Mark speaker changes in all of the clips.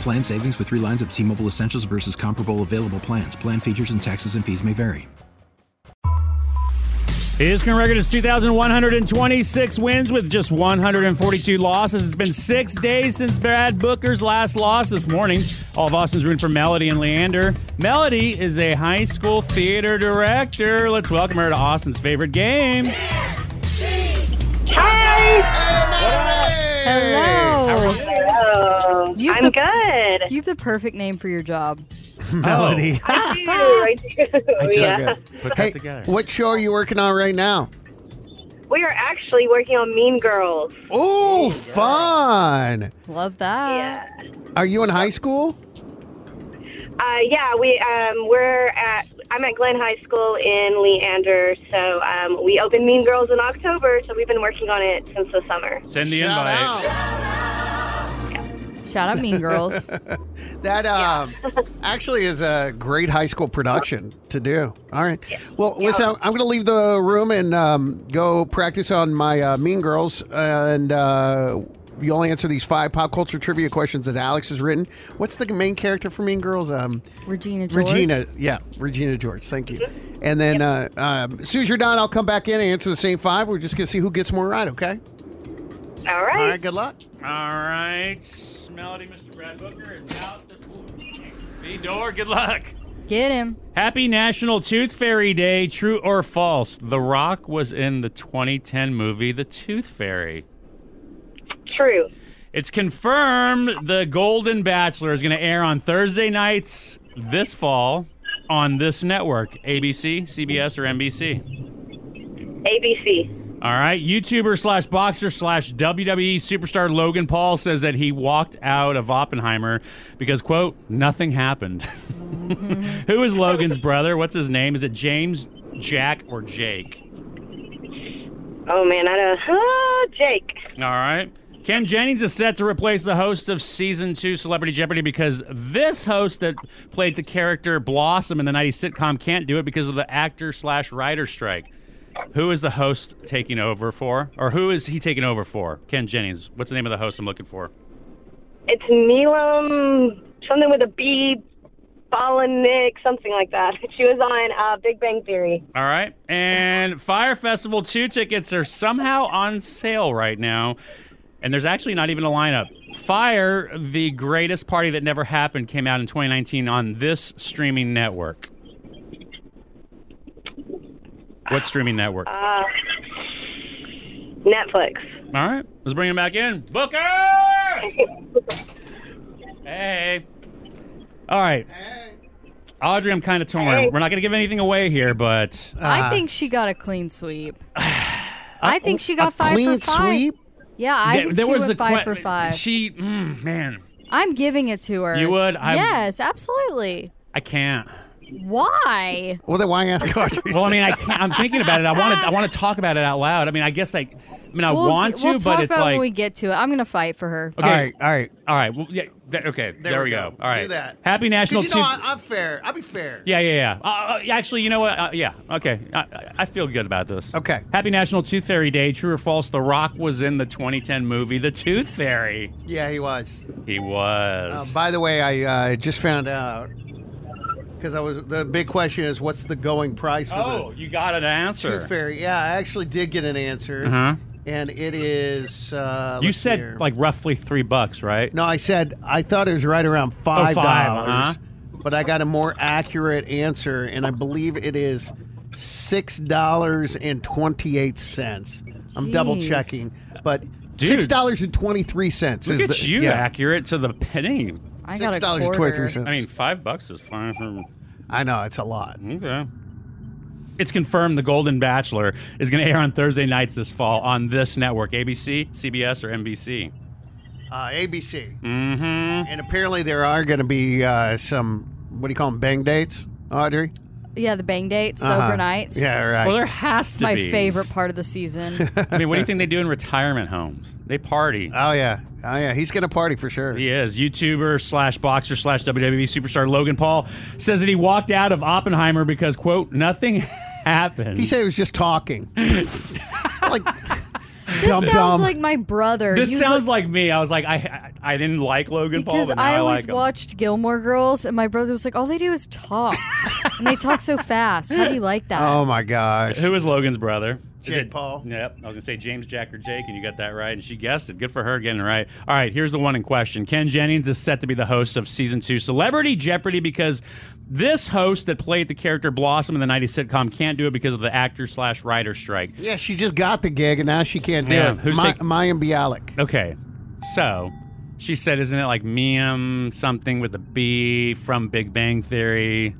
Speaker 1: Plan savings with three lines of T Mobile Essentials versus comparable available plans. Plan features and taxes and fees may vary.
Speaker 2: His current record is 2,126 wins with just 142 losses. It's been six days since Brad Booker's last loss this morning. All of Austin's rooting for Melody and Leander. Melody is a high school theater director. Let's welcome her to Austin's favorite game. Oh.
Speaker 3: Hello.
Speaker 4: Oh,
Speaker 3: You
Speaker 4: I'm
Speaker 3: have the-
Speaker 4: good.
Speaker 3: You have the perfect name for your job.
Speaker 2: Melody.
Speaker 4: I do. I do. yeah.
Speaker 2: Put that
Speaker 5: Hey,
Speaker 2: together.
Speaker 5: what show are you working on right now?
Speaker 4: We are actually working on Mean Girls.
Speaker 5: Oh, fun!
Speaker 3: Love that.
Speaker 4: Yeah.
Speaker 5: Are you in high school?
Speaker 4: Uh, yeah, we um, we're at I'm at Glen High School in Leander, so um, we opened Mean Girls in October, so we've been working on it since the summer.
Speaker 2: Send the
Speaker 5: Shout
Speaker 2: invite.
Speaker 3: Shout out Mean Girls.
Speaker 5: That um, actually is a great high school production to do. All right. Well, listen, I'm, going to leave the room and um, go practice on my uh, Mean Girls. And uh, you'll answer these five pop culture trivia questions that Alex has written. What's the main character for Mean Girls? Um,
Speaker 3: Regina George.
Speaker 5: Regina. Yeah, Regina George. Thank you. And then uh, um, as soon as you're done, I'll come back in and answer the same five. We're just going to see who gets more right, okay?
Speaker 4: All
Speaker 5: All
Speaker 4: right.
Speaker 5: right, good luck.
Speaker 2: All right. Melody, Mr. Brad Booker is out. The, ooh, the door. Good luck.
Speaker 3: Get him.
Speaker 2: Happy National Tooth Fairy Day. True or false? The Rock was in the 2010 movie The Tooth Fairy.
Speaker 4: True.
Speaker 2: It's confirmed the Golden Bachelor is going to air on Thursday nights this fall on this network ABC, CBS, or NBC.
Speaker 4: ABC.
Speaker 2: All right. YouTuber slash boxer slash WWE superstar Logan Paul says that he walked out of Oppenheimer because, quote, nothing happened. Who is Logan's brother? What's his name? Is it James, Jack, or Jake?
Speaker 4: Oh man, I don't. Oh, Jake.
Speaker 2: All right. Ken Jennings is set to replace the host of season two Celebrity Jeopardy because this host that played the character Blossom in the 90s sitcom can't do it because of the actor slash writer strike. Who is the host taking over for? Or who is he taking over for? Ken Jennings. What's the name of the host I'm looking for?
Speaker 4: It's Milam, something with a B, Balanik, something like that. She was on uh, Big Bang Theory.
Speaker 2: All right. And Fire Festival 2 tickets are somehow on sale right now. And there's actually not even a lineup. Fire, the greatest party that never happened, came out in 2019 on this streaming network. What streaming network? All
Speaker 4: Uh, Netflix.
Speaker 2: right. Let's bring him back in. Booker! Hey. All right. Audrey, I'm kind of torn.
Speaker 4: Hey.
Speaker 2: We're not going to give anything away here, but
Speaker 5: Uh,
Speaker 3: I think she got a clean sweep. I think she got
Speaker 5: a
Speaker 3: five
Speaker 5: clean
Speaker 3: for five.
Speaker 5: sweep?
Speaker 3: Yeah, I
Speaker 2: Th-
Speaker 3: think she went five
Speaker 2: que-
Speaker 3: for five.
Speaker 2: She, mm, man,
Speaker 3: I'm giving it to her.
Speaker 2: You would? I-
Speaker 3: yes, absolutely.
Speaker 2: I can't.
Speaker 3: Why?
Speaker 5: Well, then why ask Audrey?
Speaker 2: Well, I mean, I can't. I'm thinking about it. I want to. I want to talk about it out loud. I mean, I guess I. I mean, I
Speaker 3: we'll,
Speaker 2: want to,
Speaker 3: we'll
Speaker 2: but
Speaker 3: talk
Speaker 2: it's
Speaker 3: about it
Speaker 2: like.
Speaker 3: when we get to it. I'm gonna fight for her.
Speaker 2: okay.
Speaker 5: All right, all right.
Speaker 2: All right. Well, yeah. that- okay. There, we go. All right.
Speaker 5: Do that.
Speaker 2: Happy National
Speaker 5: Because
Speaker 2: Tooth-
Speaker 5: you know, I, I'm fair. I'll be fair.
Speaker 2: yeah, yeah, yeah. Uh, uh, actually, you know what? Uh, yeah. Okay. I- I, I feel good about this.
Speaker 5: Okay.
Speaker 2: Happy National Tooth Fairy Day. True or false? The Rock was in the 2010 movie The Tooth Fairy.
Speaker 5: Yeah, he was.
Speaker 2: He
Speaker 5: Uh,
Speaker 2: was.
Speaker 5: by the way, I uh, just found out because I was the big question is what's the going price for
Speaker 2: oh, you got an
Speaker 5: the
Speaker 2: answer.
Speaker 5: Tooth Fairy? Yeah, I actually did get an answer.
Speaker 2: Huh?
Speaker 5: and it is. Uh,
Speaker 2: Uh-huh. You
Speaker 5: let's see
Speaker 2: said
Speaker 5: here.
Speaker 2: like roughly three bucks, right?
Speaker 5: No, I said I thought it was right around
Speaker 2: Oh, five,
Speaker 5: five dollars,
Speaker 2: uh-huh.
Speaker 5: but I got a more accurate answer, and I believe it is six dollars and twenty eight cents. I'm double
Speaker 3: Jeez.
Speaker 5: checking, but
Speaker 2: Dude.
Speaker 5: six dollars and twenty three cents
Speaker 2: Look
Speaker 5: is
Speaker 2: at
Speaker 5: the
Speaker 2: you
Speaker 5: yeah,
Speaker 2: accurate to the penny.
Speaker 3: I got
Speaker 5: six
Speaker 3: a
Speaker 5: dollars and twenty three
Speaker 3: quarter.
Speaker 5: cents.
Speaker 2: I mean, five bucks is fine for
Speaker 5: I know it's a lot.
Speaker 2: okay. It's confirmed the Golden Bachelor is going to air on Thursday nights this fall on this network: ABC, CBS, or NBC.
Speaker 5: Uh, ABC,
Speaker 2: Mm-hmm.
Speaker 5: and apparently there are going to be uh, some what do you call them bang dates, Audrey?
Speaker 3: Yeah, the bang dates, the
Speaker 5: Uh-huh.
Speaker 3: overnights.
Speaker 5: Yeah, right.
Speaker 2: Well, there has to
Speaker 3: My
Speaker 2: be.
Speaker 3: favorite part of the season.
Speaker 2: I mean, what do you think they do in retirement homes? They party.
Speaker 5: oh yeah, oh yeah. He's going to party for sure.
Speaker 2: He is. YouTuber slash boxer slash WWE superstar Logan Paul says that he walked out of Oppenheimer because, quote, nothing happened.
Speaker 5: He said it was just talking. like,
Speaker 3: this
Speaker 5: Dum
Speaker 3: sounds
Speaker 5: dum.
Speaker 3: like my brother.
Speaker 2: this
Speaker 3: He was
Speaker 2: sounds like me. I was like, I I I didn't like Logan Paul.
Speaker 3: because
Speaker 2: but now
Speaker 3: I
Speaker 2: like
Speaker 3: always
Speaker 2: him.
Speaker 3: watched Gilmore Girls, and my brother was like, "All they do is talk, and they talk so fast. How do you like that?"
Speaker 5: oh my gosh.
Speaker 2: Who is Logan's brother? Is
Speaker 5: Jake Paul.
Speaker 2: Yep. I was gonna say James, Jack, or Jake, and you got that right. And she guessed it. Good for her getting it right. All right, here's the one in question. Ken Jennings is set to be the host of season two Celebrity Jeopardy because this host that played the character Blossom in the '90s sitcom can't do it because of the actor slash writer strike.
Speaker 5: Yeah, she just got the gig and now she can't do
Speaker 2: Yeah,
Speaker 5: it.
Speaker 2: who's
Speaker 5: My,
Speaker 2: taking-
Speaker 5: Mayim Bialik.
Speaker 2: Okay. So she said, isn't it like Miem something with a B from Big Bang Theory?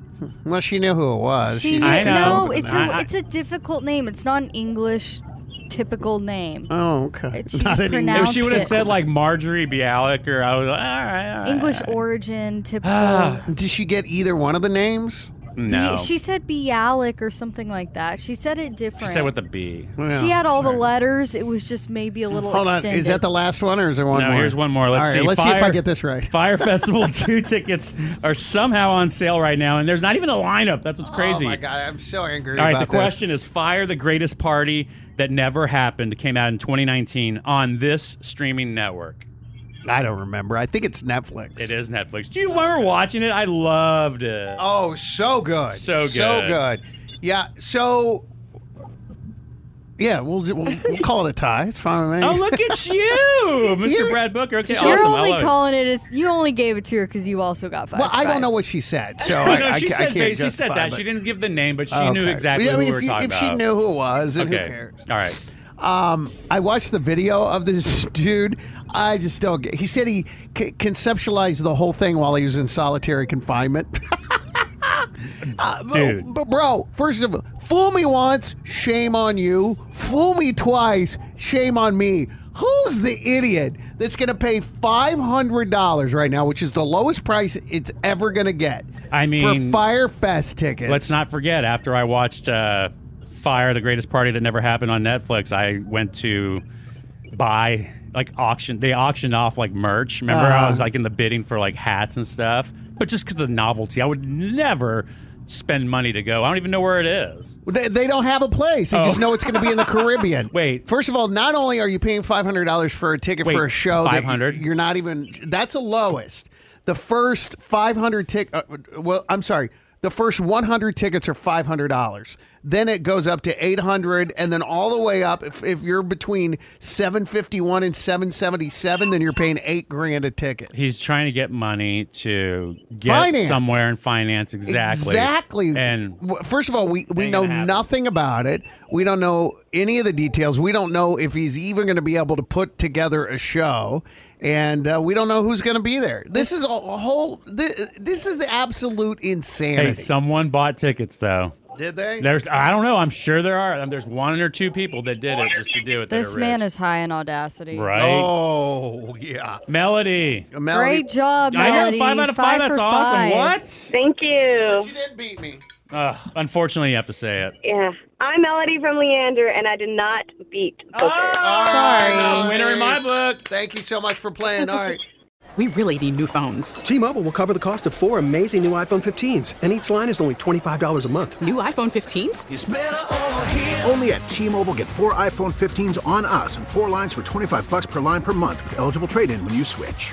Speaker 5: Well, she knew who it was.
Speaker 3: She
Speaker 2: I know.
Speaker 3: no, it's a
Speaker 2: I- I-
Speaker 3: it's a difficult name. It's not an English typical name.
Speaker 5: Oh, okay.
Speaker 3: It's- she
Speaker 5: Not
Speaker 3: just
Speaker 5: any-
Speaker 3: pronounced-
Speaker 2: if she would have
Speaker 3: it.
Speaker 2: said like Marjorie Bialik or I was like, all right, all right.
Speaker 3: English origin, typical.
Speaker 5: Did she get either one of the names?
Speaker 2: No.
Speaker 3: Be- she said Bialik or something like that. She said it different.
Speaker 2: She said with a B.
Speaker 5: Yeah.
Speaker 3: She had all the letters. It was just maybe a little
Speaker 5: Hold
Speaker 3: extended.
Speaker 5: on. Is that the last one or is there one
Speaker 2: no,
Speaker 5: more?
Speaker 2: here's one more. Let's
Speaker 5: All right,
Speaker 2: see.
Speaker 5: Let's see if I
Speaker 2: Fire-
Speaker 5: get this right.
Speaker 2: Fire Festival 2 tickets are somehow on sale right now, and there's not even a lineup. That's what's crazy.
Speaker 5: Oh, my God. I'm so angry
Speaker 2: All right, the
Speaker 5: about this.
Speaker 2: question is Fire the Greatest Party That Never Happened came out in 2019 on this streaming network.
Speaker 5: I don't remember. I think it's Netflix.
Speaker 2: It is Netflix. Do you remember watching it? I loved it.
Speaker 5: Oh, so good.
Speaker 2: So
Speaker 5: So
Speaker 2: good.
Speaker 5: good. Yeah. So, yeah, we'll, we'll, we'll call it a tie. It's fine with me.
Speaker 2: Oh, look at you, mister
Speaker 5: You're-
Speaker 2: Brad Booker. Okay,
Speaker 3: You're
Speaker 2: awesome. I
Speaker 3: only
Speaker 2: love it.
Speaker 3: calling it. A, you only gave it to her because you also got five.
Speaker 5: Well, I
Speaker 3: right?
Speaker 5: don't know what she said, so
Speaker 2: No,
Speaker 5: I,
Speaker 2: no,
Speaker 5: I,
Speaker 2: she
Speaker 5: ca- I
Speaker 2: said
Speaker 5: can't
Speaker 2: ba- she said
Speaker 5: justify,
Speaker 2: that
Speaker 5: but-
Speaker 2: she didn't give the name, but she
Speaker 5: Okay.
Speaker 2: knew exactly
Speaker 5: Yeah, I mean,
Speaker 2: who we
Speaker 5: if
Speaker 2: were
Speaker 5: you-
Speaker 2: talking
Speaker 5: if
Speaker 2: about.
Speaker 5: she knew who it was, then
Speaker 2: okay,
Speaker 5: who cares?
Speaker 2: all right.
Speaker 5: Um, I watched the video of this dude. I just don't get. He said he c- conceptualized the whole thing while he was in solitary confinement. Uh, but-
Speaker 2: Dude.
Speaker 5: but bro, first of all, fool me once, shame on you. Fool me twice, shame on me. Who's the idiot that's going to pay five hundred dollars right now, which is the lowest price it's ever going to get?
Speaker 2: I mean-
Speaker 5: for Fire Fest tickets.
Speaker 2: Let's not forget. After I watched uh, Fire, the greatest party that never happened on Netflix, I went to buy like auction. They auctioned off like merch. Remember, I
Speaker 5: Uh-huh.
Speaker 2: was like in the bidding for like hats and stuff. But just because of the novelty, I would never spend money to go. I don't even know where it is.
Speaker 5: They, they don't have a place. They just know it's going to be in the Caribbean.
Speaker 2: Oh. Wait.
Speaker 5: First of all, not only are you paying five hundred dollars for a ticket
Speaker 2: Wait,
Speaker 5: for a show, that you-
Speaker 2: 500?
Speaker 5: You're not even. That's the lowest. The first five hundred tick. Uh, well, I'm sorry. The first one hundred tickets are five hundred dollars. Then it goes up to eight hundred, and then all the way up. If, if you're between seven fifty one and seven seventy seven, then you're paying eight grand a ticket.
Speaker 2: He's trying to get money to get
Speaker 5: Finance.
Speaker 2: somewhere in finance. Exactly.
Speaker 5: Exactly.
Speaker 2: And
Speaker 5: W- first of all, we, we
Speaker 2: ain't
Speaker 5: know
Speaker 2: gonna happen.
Speaker 5: nothing about it. We don't know any of the details. We don't know if he's even going to be able to put together a show, and uh, we don't know who's going to be there. This is a whole. This, this is absolute insanity.
Speaker 2: hey, someone bought tickets though.
Speaker 5: Did they?
Speaker 2: There's, I don't know. I'm sure there are. um, There's one or two people that did it just to do it. that
Speaker 3: This
Speaker 2: are
Speaker 3: man
Speaker 2: rich.
Speaker 3: is high in audacity.
Speaker 2: right.
Speaker 5: Oh yeah,
Speaker 2: Melody.
Speaker 5: Melody.
Speaker 3: Great job,
Speaker 2: I
Speaker 3: Melody.
Speaker 2: know five out of five. that's
Speaker 3: for
Speaker 2: awesome.
Speaker 3: five.
Speaker 2: What?
Speaker 4: Thank you.
Speaker 5: She didn't beat me.
Speaker 2: Ugh, unfortunately, you have to say it.
Speaker 4: Yeah. I'm Melody from Leander, and I did not beat Booker.
Speaker 2: Sorry. Winner in my book.
Speaker 5: Thank you so much for playing. All right.
Speaker 6: We really need new phones.
Speaker 7: T-Mobile will cover the cost of four amazing new iPhone 15s, and each line is only $25 a month.
Speaker 6: New iPhone 15s?
Speaker 8: Only at T-Mobile, get four iPhone 15s on us and four lines for 25 bucks per line per month with eligible trade-in when you switch.